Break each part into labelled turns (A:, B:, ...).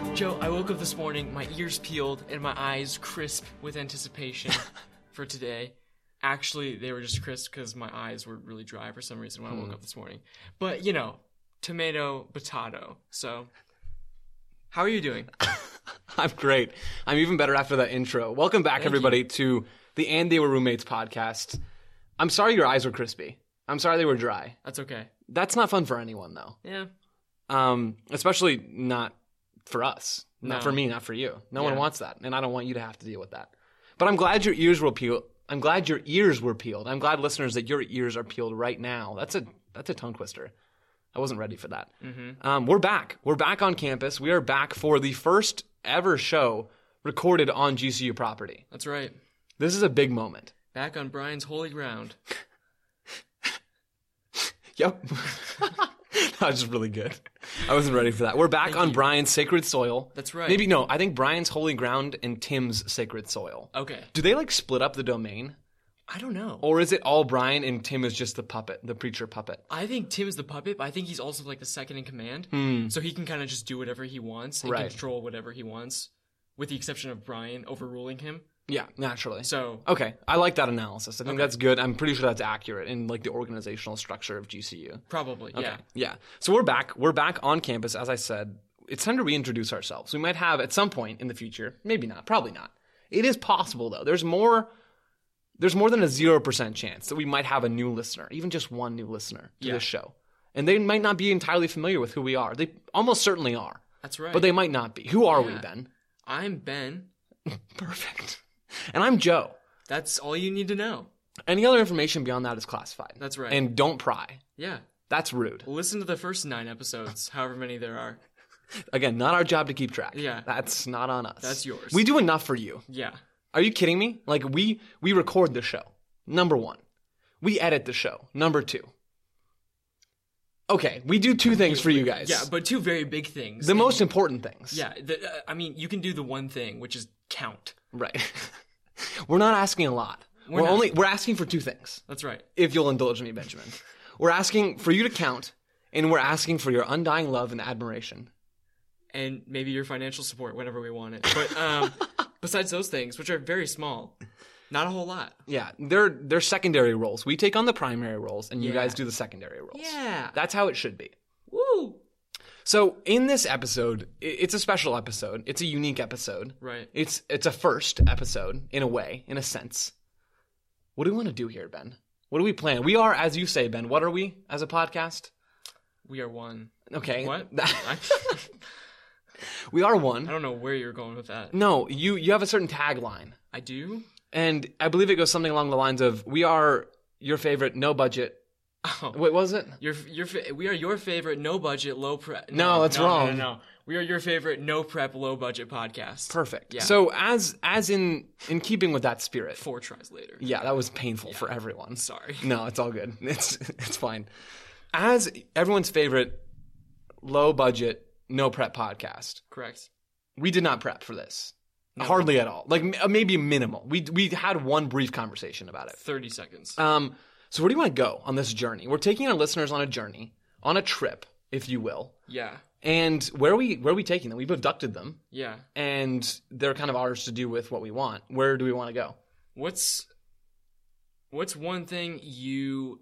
A: woke up this morning, my ears peeled and my eyes crisp with anticipation for today. Actually, they were just crisp because my eyes were really dry for some reason when
B: Hmm.
A: I woke up this morning. But you know, tomato, potato. So, how are you doing?
B: I'm great. I'm even better after that intro. Welcome back, everybody, to the And They Were Roommates podcast. I'm sorry your eyes were crispy. I'm sorry they were dry.
A: That's okay.
B: That's not fun for anyone, though.
A: Yeah,
B: Um, especially not for us. Not
A: No.
B: for me, not for you. No one
A: Yeah.
B: wants that, and I don't want you to have to deal with that. But I'm glad your ears were peeled. I'm glad your ears were peeled. I'm glad listeners that your ears are peeled right now. That's a that's a tongue twister. I wasn't ready for that.
A: Mm-hmm.
B: Um, we're back. We're back on campus. We are back for the first ever show recorded on GCU property.
A: that's right.
B: This is a big moment.
A: Back on Brian's holy ground.
B: Yep. that was just really good. I wasn't ready for that. We're back on Brian's sacred soil.
A: That's right.
B: Maybe no, I think Brian's holy ground and Tim's sacred soil.
A: Okay.
B: Do they like split up the domain?
A: I don't know.
B: Or is it all Brian and Tim is just the puppet, the preacher puppet?
A: I think Tim is the puppet, but I think he's also like the second in command. So he can kind of just do whatever he wants and
B: Hmm. Right.
A: control whatever he wants, with the exception of Brian overruling him.
B: Yeah, naturally.
A: So
B: Okay, I like that analysis. I think that's good. I'm pretty sure that's accurate in like the organizational structure of GCU.
A: probably, yeah.
B: Yeah. So we're back. We're back on campus. As I said, it's time to reintroduce ourselves. We might have at some point in the future, maybe not, probably not. It is possible though. There's more. There's more than a zero percent chance that we might have a new listener, even just one new listener to
A: Yeah.
B: this show, and they might not be entirely familiar with who we are. They almost certainly are,
A: That's right.
B: but they might not be. Who are we,
A: Yeah.
B: Ben?
A: I'm Ben.
B: Perfect. And I'm Joe.
A: That's all you need to know.
B: Any other information beyond that is classified.
A: That's right.
B: And don't pry.
A: Yeah.
B: That's rude.
A: Listen to the first nine episodes, however many there are.
B: Again, not our job to keep track.
A: Yeah.
B: That's not on us.
A: That's yours.
B: We do enough for you.
A: Yeah.
B: Are you kidding me? Like we we record the show. Number 1. We edit the show. Number 2. Okay, we do two things for you guys.
A: Yeah, but two very big things.
B: the most important things.
A: yeah, the, uh, I mean, you can do the one thing, which is count.
B: Right. we're not asking a lot. We're,
A: not.
B: only we're asking for two things.
A: That's right.
B: If you'll indulge me, Benjamin. We're asking for you to count and we're asking for your undying love and admiration.
A: And maybe your financial support whenever we want it. But um, besides those things, which are very small, not a whole lot.
B: Yeah, they're they're secondary roles. We take on the primary roles, and you
A: Yeah.
B: guys do the secondary roles.
A: Yeah.
B: that's how it should be.
A: Woo!
B: So in this episode, i- it's a special episode. It's a unique episode.
A: Right.
B: It's it's a first episode in a way, in a sense. What do we want to do here, Ben? What do we plan? We are, as you say, Ben. What are we as a podcast?
A: We are one.
B: Okay.
A: What? I,
B: we are
A: I
B: one.
A: don't know where you're going with that.
B: No, you you have a certain tagline,
A: I do?
B: and I believe it goes something along the lines of "We are your favorite, no budget."
A: Oh.
B: What was it?
A: Your, your, fa- we are your favorite no budget, low prep.
B: No, that's
A: No,
B: wrong.
A: no, no. We are your favorite no prep, low budget podcast.
B: Perfect.
A: Yeah.
B: So as as in in keeping with that spirit.
A: Four tries later.
B: Yeah, that was painful for everyone.
A: Sorry.
B: No, it's all good. It's it's fine. As everyone's favorite low budget no prep podcast.
A: Correct.
B: We did not prep for this. Hardly at all. Like m- uh, maybe minimal. We we had one brief conversation about it.
A: 30 seconds.
B: Um so where do you want to go on this journey? We're taking our listeners on a journey, on a trip, if you will.
A: yeah.
B: And where are we where are we taking them? We've abducted them
A: Yeah.
B: and they're kind of ours to do with what we want. Where do we want to go?
A: What's What's one thing you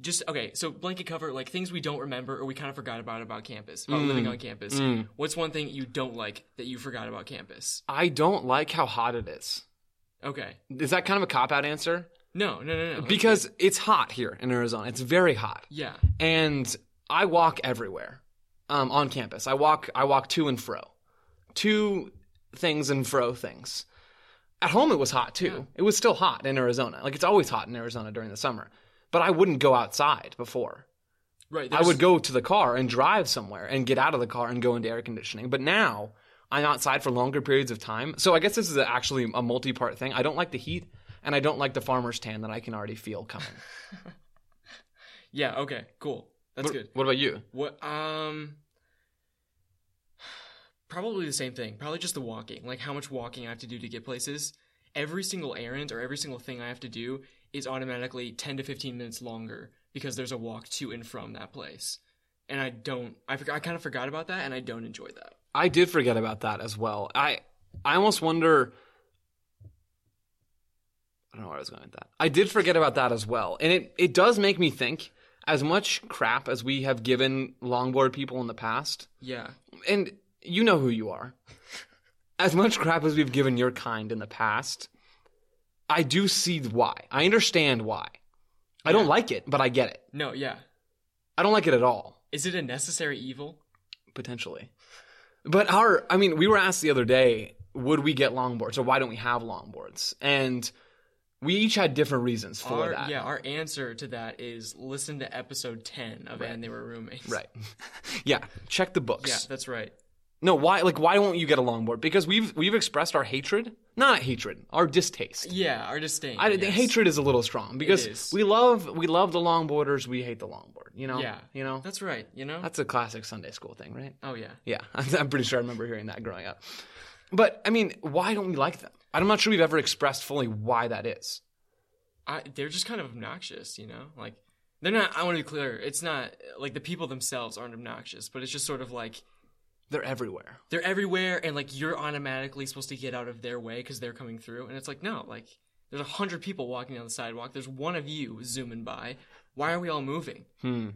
A: just okay, so blanket cover like things we don't remember or we kind of forgot about about campus,
B: Mm.
A: about living on campus. What's one thing you don't like that you forgot about campus?
B: I don't like how hot it is.
A: Okay.
B: Is that kind of a cop out answer?
A: No, no, no, no.
B: Because it's hot here in Arizona. It's very hot.
A: yeah.
B: And I walk everywhere um, on campus. I walk I walk to and fro. Two things and fro things. At home it was hot too. It was still hot in Arizona. Like it's always hot in Arizona during the summer. But I wouldn't go outside before.
A: Right.
B: I
A: there's-
B: would go to the car and drive somewhere and get out of the car and go into air conditioning. But now I'm outside for longer periods of time. So I guess this is actually a multi part thing. I don't like the heat and I don't like the farmer's tan that I can already feel coming.
A: Yeah, okay. Cool. That's good.
B: What about you?
A: What um probably the same thing. Probably just the walking. Like how much walking I have to do to get places. Every single errand or every single thing I have to do is automatically 10 to 15 minutes longer because there's a walk to and from that place. And I don't I forg- I kind of forgot about that and I don't enjoy that.
B: I did forget about that as well. I I almost wonder. I don't know where I was going with that. I did forget about that as well, and it it does make me think. As much crap as we have given longboard people in the past,
A: Yeah.
B: and you know who you are. As much crap as we've given your kind in the past, I do see why. I understand why. I don't like it, but I get it.
A: No, yeah.
B: I don't like it at all.
A: Is it a necessary evil?
B: potentially. But our, I mean, we were asked the other day, would we get longboards or why don't we have longboards? And we each had different reasons for
A: Our,
B: that.
A: yeah, our answer to that is listen to episode 10 of And They Were Roommates.
B: Right. yeah. Check the books.
A: Yeah, that's right.
B: No, why, like, why won't you get a longboard? Because we've, we've expressed our hatred, not hatred, our distaste.
A: Yeah, our disdain.
B: I,
A: yes.
B: Hatred is a little strong because
A: is.
B: we love, we love the longboarders. We hate the longboard, you know?
A: Yeah.
B: You know?
A: That's right, you know?
B: That's a classic Sunday school thing, right?
A: oh, yeah.
B: Yeah, I'm pretty sure I remember hearing that growing up. But I mean, why don't we like them? I'm not sure we've ever expressed fully why that is.
A: I, they're just kind of obnoxious, you know? Like, they're not, I want to be clear, it's not, like, the people themselves aren't obnoxious, but it's just sort of like,
B: They're everywhere.
A: they're everywhere, and, like, you're automatically supposed to get out of their way because they're coming through. And it's like, no, like, there's a hundred people walking down the sidewalk. There's one of you zooming by. Why are we all moving?
B: Hmm.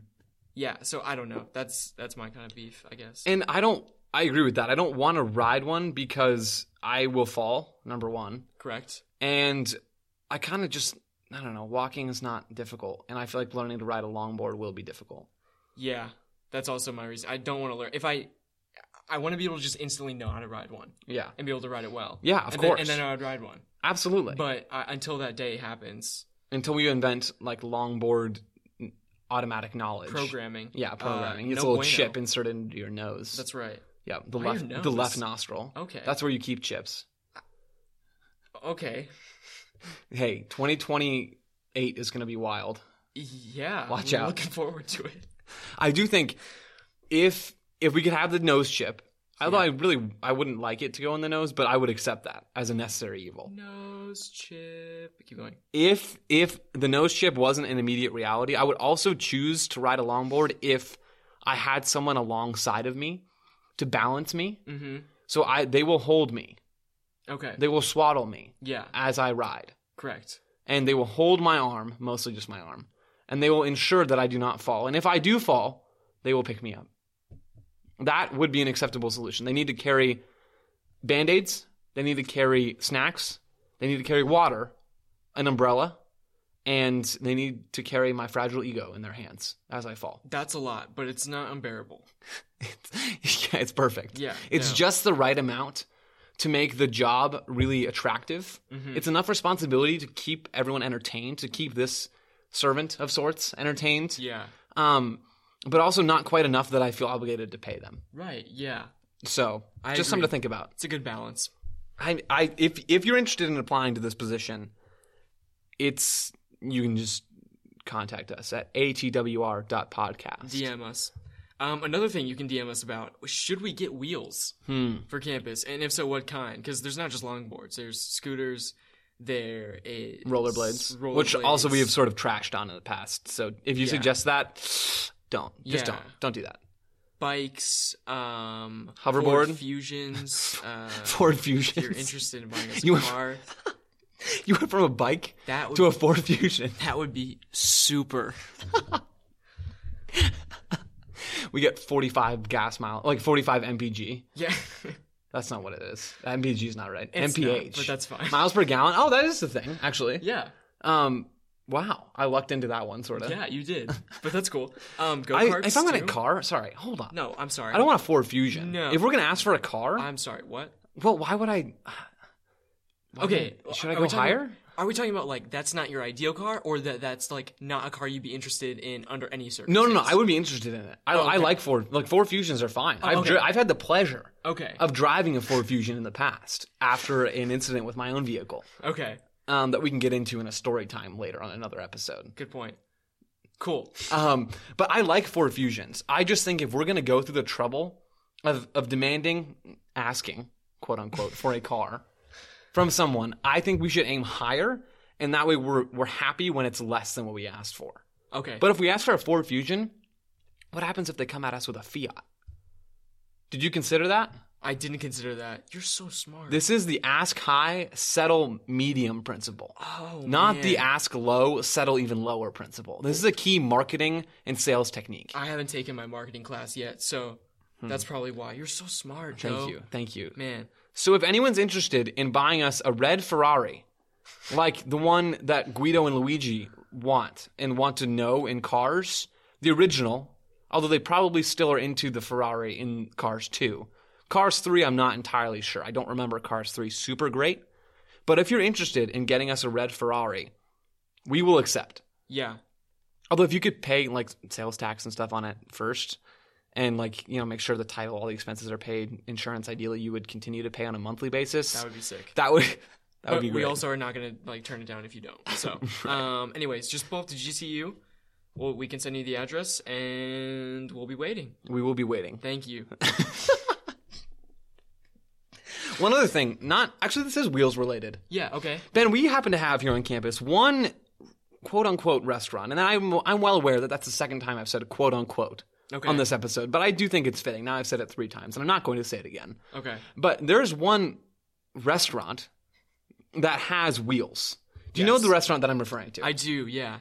A: Yeah, so I don't know. That's that's my kind of beef, I guess.
B: And I don't. I agree with that. I don't want to ride one because I will fall. Number one,
A: Correct.
B: and I kind of just. I don't know. Walking is not difficult, and I feel like learning to ride a longboard will be difficult.
A: Yeah, that's also my reason. I don't want to learn. If I, I want to be able to just instantly know how to ride one
B: Yeah,
A: and be able to ride it well.
B: Yeah, of
A: and Then,
B: course.
A: and then I would ride one.
B: absolutely.
A: But I, until that day happens,
B: Until we invent like longboard n- automatic knowledge.
A: programming.
B: Yeah, programming.
A: uh,
B: it's
A: no
B: a little
A: bueno.
B: chip inserted into your nose.
A: That's right.
B: Yeah, the
A: Why your
B: left the
A: nose?
B: left nostril.
A: Oh, Okay.
B: That's where you keep chips.
A: Okay.
B: Hey, 2028 is going to be wild.
A: Yeah.
B: Watch
A: I'm
B: out.
A: Looking forward to it.
B: I do think if if we could have the nose chip, although I really I wouldn't like it to go in the nose, but I would accept that as a necessary evil.
A: Nose chip. Keep going.
B: If if the nose chip wasn't an immediate reality, I would also choose to ride a longboard if I had someone alongside of me to balance me.
A: Mm-hmm.
B: So I they will hold me.
A: Okay.
B: They will swaddle me
A: yeah.
B: as I ride.
A: Correct.
B: and they will hold my arm, mostly just my arm, and they will ensure that I do not fall. And if I do fall, they will pick me up. That would be an acceptable solution. They need to carry band aids, they need to carry snacks, they need to carry water, an umbrella, and they need to carry my fragile ego in their hands as I fall.
A: That's a lot, but it's not unbearable.
B: It's, yeah, it's perfect.
A: Yeah,
B: It's
A: no.
B: just the right amount to make the job really attractive. It's enough responsibility to keep everyone entertained, to keep this servant of sorts entertained.
A: Yeah.
B: Um, but also not quite enough that I feel obligated to pay them.
A: Right. Yeah.
B: So just something to think about.
A: It's a good balance.
B: I, I, if if you're interested in applying to this position, it's you can just contact us at atwr.podcast.
A: DM us. Um, another thing you can DM us about: should we get wheels
B: Hmm.
A: for campus, and if so, what kind? Because there's not just longboards. There's scooters. There is
B: rollerblades, which also
A: rollerblades.
B: we have sort of trashed on in the past. So if you suggest that, don't just
A: Yeah.
B: don't don't do that.
A: bikes, um,
B: Hoverboard.
A: Ford Fusions. Uh,
B: Ford
A: if you're
B: Fusion.
A: interested in buying us a
B: You-
A: car,
B: you went from a bike
A: that would
B: to a Ford Fusion.
A: that would be super.
B: We get 45 gas mile, like 45 mpg.
A: Yeah,
B: That's not what it is. MPG is not right.
A: It's not,
B: MPH.
A: but that's fine.
B: Miles per gallon. Oh, that is the thing actually.
A: yeah,
B: Um. Wow. I lucked into that one sort of.
A: yeah. You did, but that's cool. Um, go
B: I, if
A: karts.
B: I'm gonna
A: too.
B: car, sorry, hold on.
A: no, I'm sorry.
B: I don't want a Ford Fusion.
A: No.
B: If we're gonna ask for a car,
A: I'm sorry. What?
B: well, why would I? Why
A: Okay, uh,
B: would I- should I
A: are we
B: go
A: talking-
B: higher?
A: Are we talking about like that's not your ideal car, or that that's like not a car you'd be interested in under any
B: No,
A: circumstances?
B: no, no. I would be interested in it. I, I like Ford. Like Ford Fusions are fine. I've
A: okay.
B: dri- I've had the pleasure
A: Okay.
B: of driving a Ford Fusion in the past after an incident with my own vehicle
A: okay.
B: um, that we can get into in a story time later on another episode.
A: Good point. Cool.
B: Um, but I like Ford Fusions. I just think if we're gonna go through the trouble of of demanding, asking, quote unquote, for a car from someone, I think we should aim higher, and that way we're we're happy when it's less than what we asked for.
A: Okay.
B: uh, But if we ask for a Ford Fusion, what happens if they come at us with a Fiat? Did you consider that?
A: I didn't consider that. You're so smart.
B: This is the ask high, settle medium principle.
A: oh,
B: not
A: man.
B: the ask low, settle even lower principle. This is a key marketing and sales technique.
A: I haven't taken my marketing class yet, so that's probably why. You're so smart,
B: Hmm. Thank
A: Joe.
B: you. Thank you.
A: Man,
B: So if anyone's interested in buying us a red Ferrari, like the one that Guido and Luigi want and want to know in cars, the original, although they probably still are into the Ferrari in Cars 2. Cars 3, I'm not entirely sure. I don't remember Cars 3 super great. But if you're interested in getting us a red Ferrari, we will accept.
A: yeah.
B: Although if you could pay like sales tax and stuff on it first, and like you know make sure the title, all the expenses are paid, insurance ideally you would continue to pay on a monthly basis.
A: That would be sick.
B: That would that would
A: But
B: be
A: we
B: great.
A: also are not gonna like turn it down if you don't. So, um, anyways, just pull up to GCU. Well, we can send you the address, and we'll be waiting.
B: we will be waiting.
A: Thank you.
B: One other thing, not actually this is wheels related.
A: Yeah. Okay.
B: Ben, we happen to have here on campus one quote unquote restaurant, and I'm I'm well aware that that's the second time I've said quote unquote
A: Okay.
B: on this episode, but I do think it's fitting. Now I've said it three times, and I'm not going to say it again.
A: Okay.
B: But there's one restaurant that has wheels. Do you know
A: Yes.
B: the restaurant that I'm referring to?
A: I do. Yeah.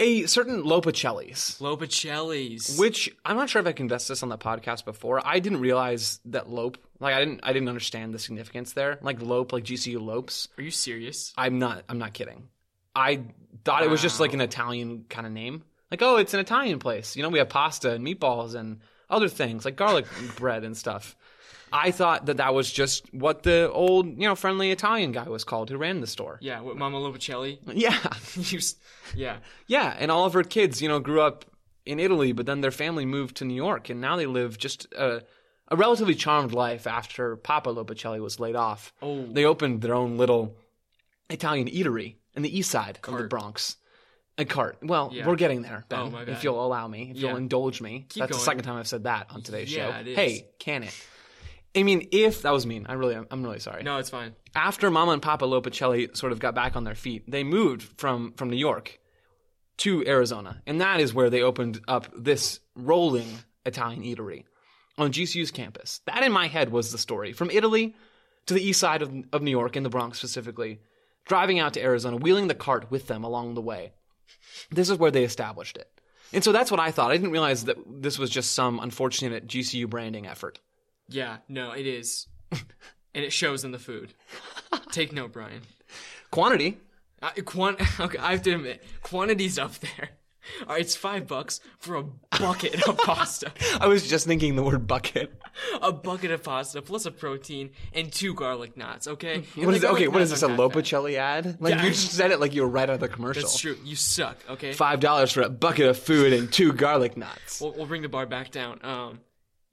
B: a certain Lopicelli's,
A: Lopicelli's.
B: which I'm not sure if I confessed this on the podcast before. I didn't realize that Lope, like I didn't, I didn't understand the significance there. Like Lope, like GCU Lopes.
A: Are you serious?
B: I'm not, I'm not kidding. I thought it was just like an Italian kind of name. Like, oh, it's an Italian place. You know, we have pasta and meatballs and other things like garlic bread and stuff. I thought that that was just what the old, you know, friendly Italian guy was called who ran the store.
A: Yeah. What, Mama Lopicelli?
B: Yeah.
A: you. s- Yeah.
B: Yeah, and all of her kids, you know, grew up in Italy, but then their family moved to New York, and now they live just a, a relatively charmed life after Papa Lopicelli was laid off.
A: Oh.
B: They opened their own little Italian eatery in the east side of the
A: Cart.
B: Bronx. A cart. Well,
A: Yeah.
B: we're getting there, Ben.
A: Oh, my
B: If
A: bad.
B: you'll allow me, if you'll
A: Yeah.
B: indulge me. That's the
A: going.
B: second time I've said that on today's
A: Yeah,
B: show.
A: it is.
B: Hey, can it? I mean, if that was mean, I really, I'm really sorry
A: No, it's fine.
B: after Mama and Papa Lopicelli sort of got back on their feet, they moved from from New York to Arizona, and that is where they opened up this rolling Italian eatery on GCU's campus. That in my head was the story from Italy to the east side of, of New York in the Bronx specifically, driving out to Arizona, wheeling the cart with them along the way. This is where they established it. And so that's what I thought. I didn't realize that this was just some unfortunate GCU branding effort.
A: Yeah. No, it is. and it shows in the food. Take note, Brian.
B: Quantity,
A: I, Uh, quan- okay, I have to admit, quantity's up there. All right, it's five bucks for a bucket of pasta,
B: I was just thinking the word bucket.
A: a bucket of pasta plus a protein and two garlic knots. Okay, And
B: What
A: the
B: is it- okay,
A: garlic
B: what is
A: knots
B: this, a
A: aren't that bad.
B: Lopicelli ad? Like,
A: Yeah.
B: you just said it like you were right out of the commercial.
A: That's true. You suck. Okay,
B: $5 for a bucket of food and two garlic knots.
A: we'll, we'll bring the bar back down. Um,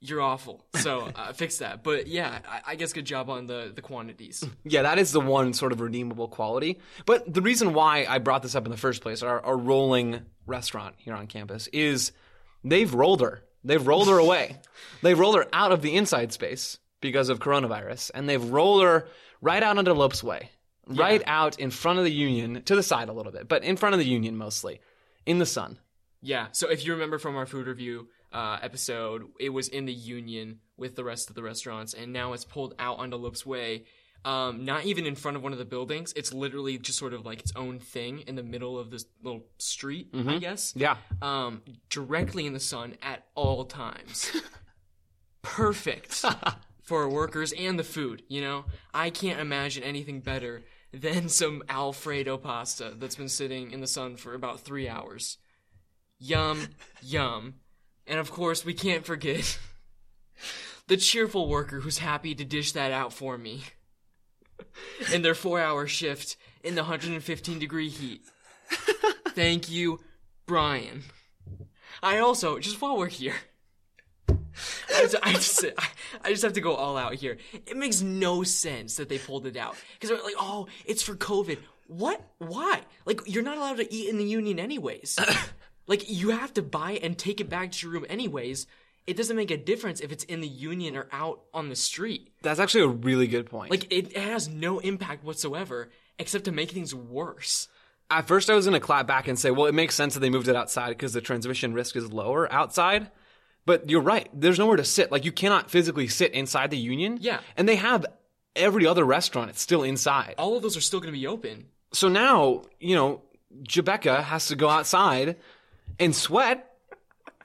A: you're awful. So uh, fix that. But yeah, I, I guess good job on the the quantities.
B: Yeah, that is the one sort of redeemable quality. But the reason why I brought this up in the first place, our, our rolling restaurant here on campus, is they've rolled her. They've rolled her away. They've rolled her out of the inside space because of coronavirus, and they've rolled her right out onto Lopes Way, right out in front of the union, to the side a little bit, but in front of the union mostly, in the sun.
A: Yeah. So if you remember from our food review uh, episode, it was in the union with the rest of the restaurants, and now it's pulled out onto Lopes Way. Um, not even in front of one of the buildings. It's literally just sort of like its own thing in the middle of this little street, I guess.
B: Yeah.
A: Um, directly in the sun at all times. Perfect for workers and the food, you know? I can't imagine anything better than some Alfredo pasta that's been sitting in the sun for about three hours yum, yum. And of course, we can't forget the cheerful worker who's happy to dish that out for me in their four hour shift in the 115 degree heat. Thank you, Brian. I also, just while we're here, I just, I, just, I just have to go all out here. It makes no sense that they pulled it out. Because they're like, oh, it's for COVID. What? Why? Like, you're not allowed to eat in the union, anyways. Like you have to buy it and take it back to your room anyways. It doesn't make a difference if it's in the union or out on the street.
B: That's actually a really good point.
A: Like it has no impact whatsoever except to make things worse.
B: At first, I was going to clap back and say, well, it makes sense that they moved it outside because the transmission risk is lower outside. But you're right. There's nowhere to sit. Like you cannot physically sit inside the Union.
A: Yeah.
B: And they have every other restaurant. It's still inside.
A: All of those are still going to be open.
B: So now, you know, Jebecca has to go outside and sweat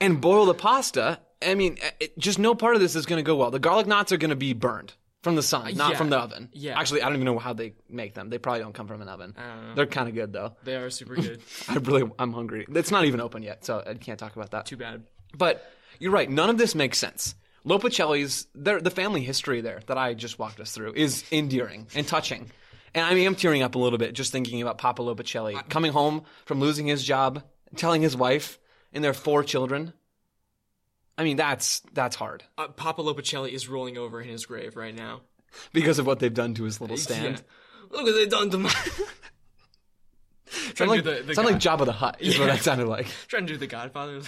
B: and boil the pasta. I mean, eh, it, just no part of this is going to go well. The garlic knots are going to be burned from the sun, not
A: Yeah.
B: from the oven.
A: Yeah. Uh.
B: Actually, I don't even know how they make them. They probably don't come from an oven.
A: don't know.
B: They're kind of good though.
A: They are super good.
B: I really, I'm hungry. It's not even open yet, so I can't talk about that.
A: Too bad.
B: But you're right. None of this makes sense. Lopicelli's, their, the family history there that I just walked us through is endearing and touching. And I am tearing up a little bit just thinking about Papa Lopicelli coming home from losing his job, telling his wife and their four children. I mean, that's that's hard
A: Uh, Papa Lopicelli is rolling over in his grave right now.
B: because of what they've done to his little stand.
A: Yeah. Look what they done to my. trying,
B: Sound like,
A: to do the, the
B: sound
A: guy-
B: like Jabba the Hutt is what
A: Yeah.
B: that sounded like.
A: trying to do the Godfather.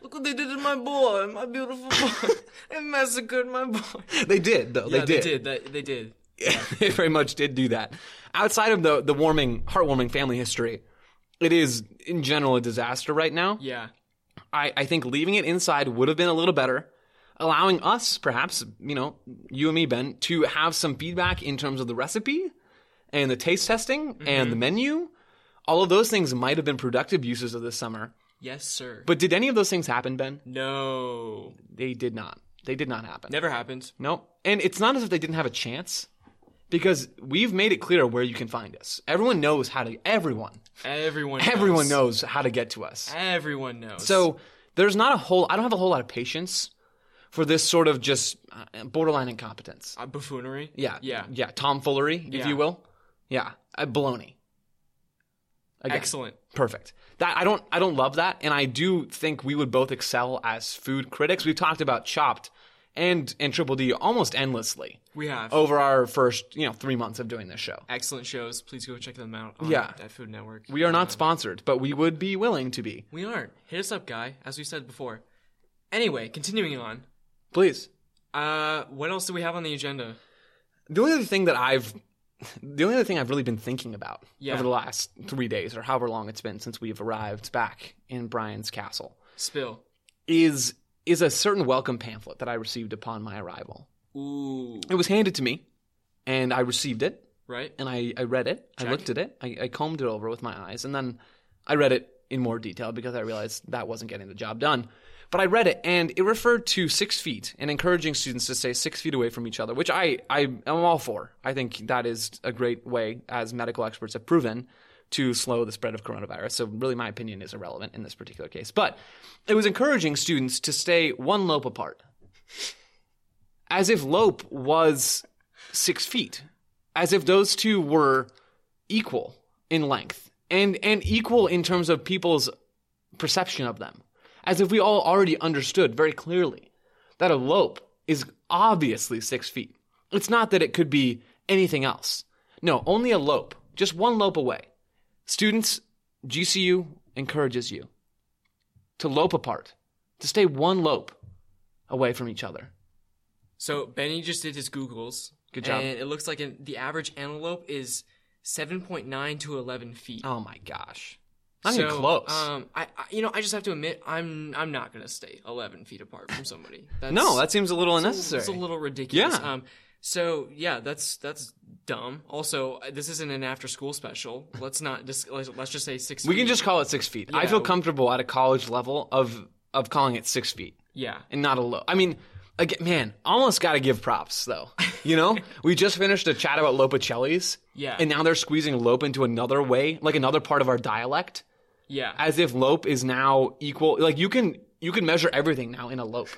A: Look what they did to my boy, my beautiful boy. they massacred my boy.
B: They did though.
A: Yeah, they did. They, they did.
B: they very much did do that. Outside of the the warming, heartwarming family history, it is in general a disaster right now.
A: Yeah.
B: I, I think leaving it inside would have been a little better, allowing us, perhaps, you know, you and me, Ben, to have some feedback in terms of the recipe and the taste testing and the menu. All of those things might have been productive uses of this summer.
A: Yes, sir.
B: But did any of those things happen, Ben?
A: no,
B: They did not. They did not happen.
A: never happened.
B: No. And it's not as if they didn't have a chance because we've made it clear where you can find us. Everyone knows how to everyone.
A: Everyone.
B: Everyone
A: knows.
B: knows how to get to us.
A: Everyone knows.
B: So there's not a whole I don't have a whole lot of patience for this sort of just uh, borderline incompetence.
A: uh, buffoonery.
B: Yeah.
A: Yeah.
B: Yeah, tomfoolery, if
A: Yeah.
B: you will. Yeah, uh, baloney. Again,
A: Excellent.
B: Perfect. That I don't I don't love that and I do think we would both excel as food critics. We've talked about Chopped and and Triple D almost endlessly
A: We have
B: over our first, you know, three months of doing this show.
A: excellent shows. Please go check them out. On
B: Yeah.
A: That Food Network. Uh,
B: We are not sponsored, but we would be willing to be.
A: We aren't. Hit us up, guy. As we said before. Anyway, continuing on.
B: Please.
A: Uh, what else do we have on the agenda?
B: The only other thing that I've the only other thing I've really been thinking about
A: Yeah.
B: over the last three days or however long it's been since we've arrived back in Brian's castle
A: Spill.
B: is is a certain welcome pamphlet that I received upon my arrival.
A: Ooh.
B: It was handed to me and I received it
A: Right.
B: and I, I read it. I looked at it. I, I combed it over with my eyes, and then I read it in more detail because I realized that wasn't getting the job done. But I read it, and it referred to six feet and encouraging students to stay six feet away from each other, which I, I am all for. I think that is a great way, as medical experts have proven, to slow the spread of coronavirus. So, really, my opinion is irrelevant in this particular case. But it was encouraging students to stay one lope apart, as if lope was six feet as if those two were equal in length and and equal in terms of people's perception of them as if we all already understood very clearly that a lope is obviously six feet it's not that it could be anything else no only a lope just one lope away students gcu encourages you to lope apart to stay one lope away from each other
A: So Benny just did his Googles.
B: Good job.
A: And it looks like an, the average antelope is 7.9 to 11 feet.
B: oh my gosh not even
A: So,
B: close
A: Um, I, I, you know, I just have to admit, I'm, I'm not gonna stay 11 feet apart from somebody. That's,
B: no that seems a little
A: that's
B: unnecessary
A: a little ridiculous.
B: Yeah.
A: Um, so yeah, that's that's dumb. Also, uh, this isn't an after-school special. Let's not just let's, let's just say six.
B: We can
A: feet.
B: just call it six feet. I
A: Yeah.
B: feel comfortable at a college level of of calling it six feet
A: yeah.
B: and not a low. I mean, again, man, almost got to give props though. You know, we just finished a chat about Lopicelli's,
A: Yeah.
B: and now they're squeezing lope into another way, like another part of our dialect,
A: Yeah.
B: as if lope is now equal. Like you can you can measure everything now in a lope.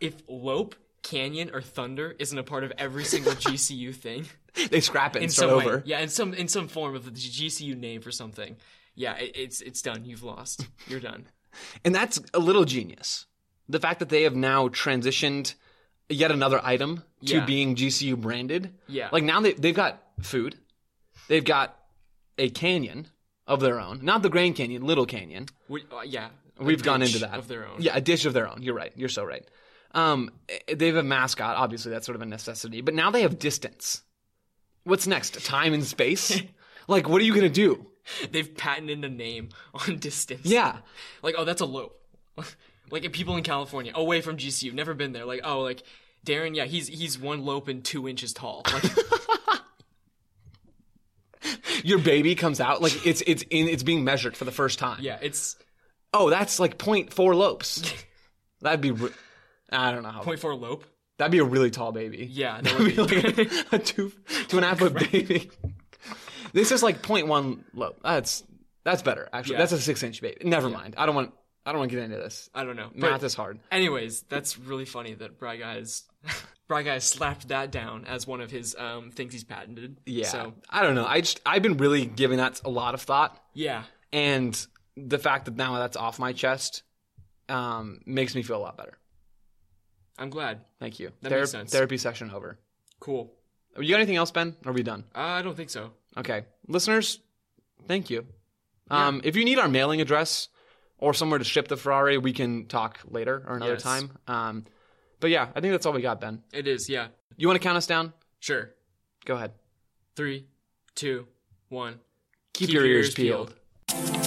A: if lope, canyon, or thunder isn't a part of every single GCU thing.
B: They scrap it and
A: in
B: start
A: some way.
B: over.
A: Yeah, in some in some form of the GCU name for something. Yeah, it, it's it's done. You've lost. You're done.
B: And that's a little genius. The fact that they have now transitioned yet another item to
A: Yeah.
B: being GCU branded.
A: Yeah.
B: Like now they, they've got food, they've got a canyon of their own, not the Grand Canyon, Little Canyon.
A: We, uh, yeah, a
B: We've gone
A: ditch
B: into that.
A: of their own.
B: Yeah, a dish of their own. You're right. You're so right. Um, eh, they have a mascot. Obviously, that's sort of a necessity. But now they have distance. What's next? Time and space? like, what are you going to do?
A: They've patented a name on distance.
B: Yeah.
A: like oh, that's a lope. Like people in California, away from GCU, never been there. Like, oh, like Darren, yeah, he's he's one lope and two inches tall. Like,
B: Your baby comes out like it's it's in it's being measured for the first time.
A: yeah, it's
B: Oh, that's like 0.4 lopes. That'd be. Re- I don't know how.
A: point four lope.
B: That'd be a really tall baby.
A: Yeah, that
B: That'd
A: would
B: be like a, a two two and a half foot baby. This is like 0.1 lope. That's that's better actually.
A: Yeah.
B: That's a six inch baby. Never mind. I don't want. I don't want to get into this.
A: I don't know.
B: Math
A: But
B: is hard.
A: anyways, that's really funny that Bry Guys Bry Guys slapped that down as one of his um things he's patented.
B: Yeah.
A: So
B: I don't know. I just I've been really giving that a lot of thought,
A: yeah.
B: and the fact that now that's off my chest um, makes me feel a lot better.
A: I'm glad.
B: Thank you.
A: That makes sense.
B: Therapy session over.
A: Cool.
B: You got anything else, Ben? Are we done?
A: Uh, I don't think so.
B: Okay. Listeners, thank you. Um, If you need our mailing address or somewhere to ship the Ferrari, we can talk later or another
A: Yes.
B: time. Um, but yeah, I think that's all we got, Ben.
A: It is. Yeah.
B: You want to count us down?
A: Sure.
B: Go ahead.
A: Three, two, one.
B: Keep, your, ears peeled.
A: peeled.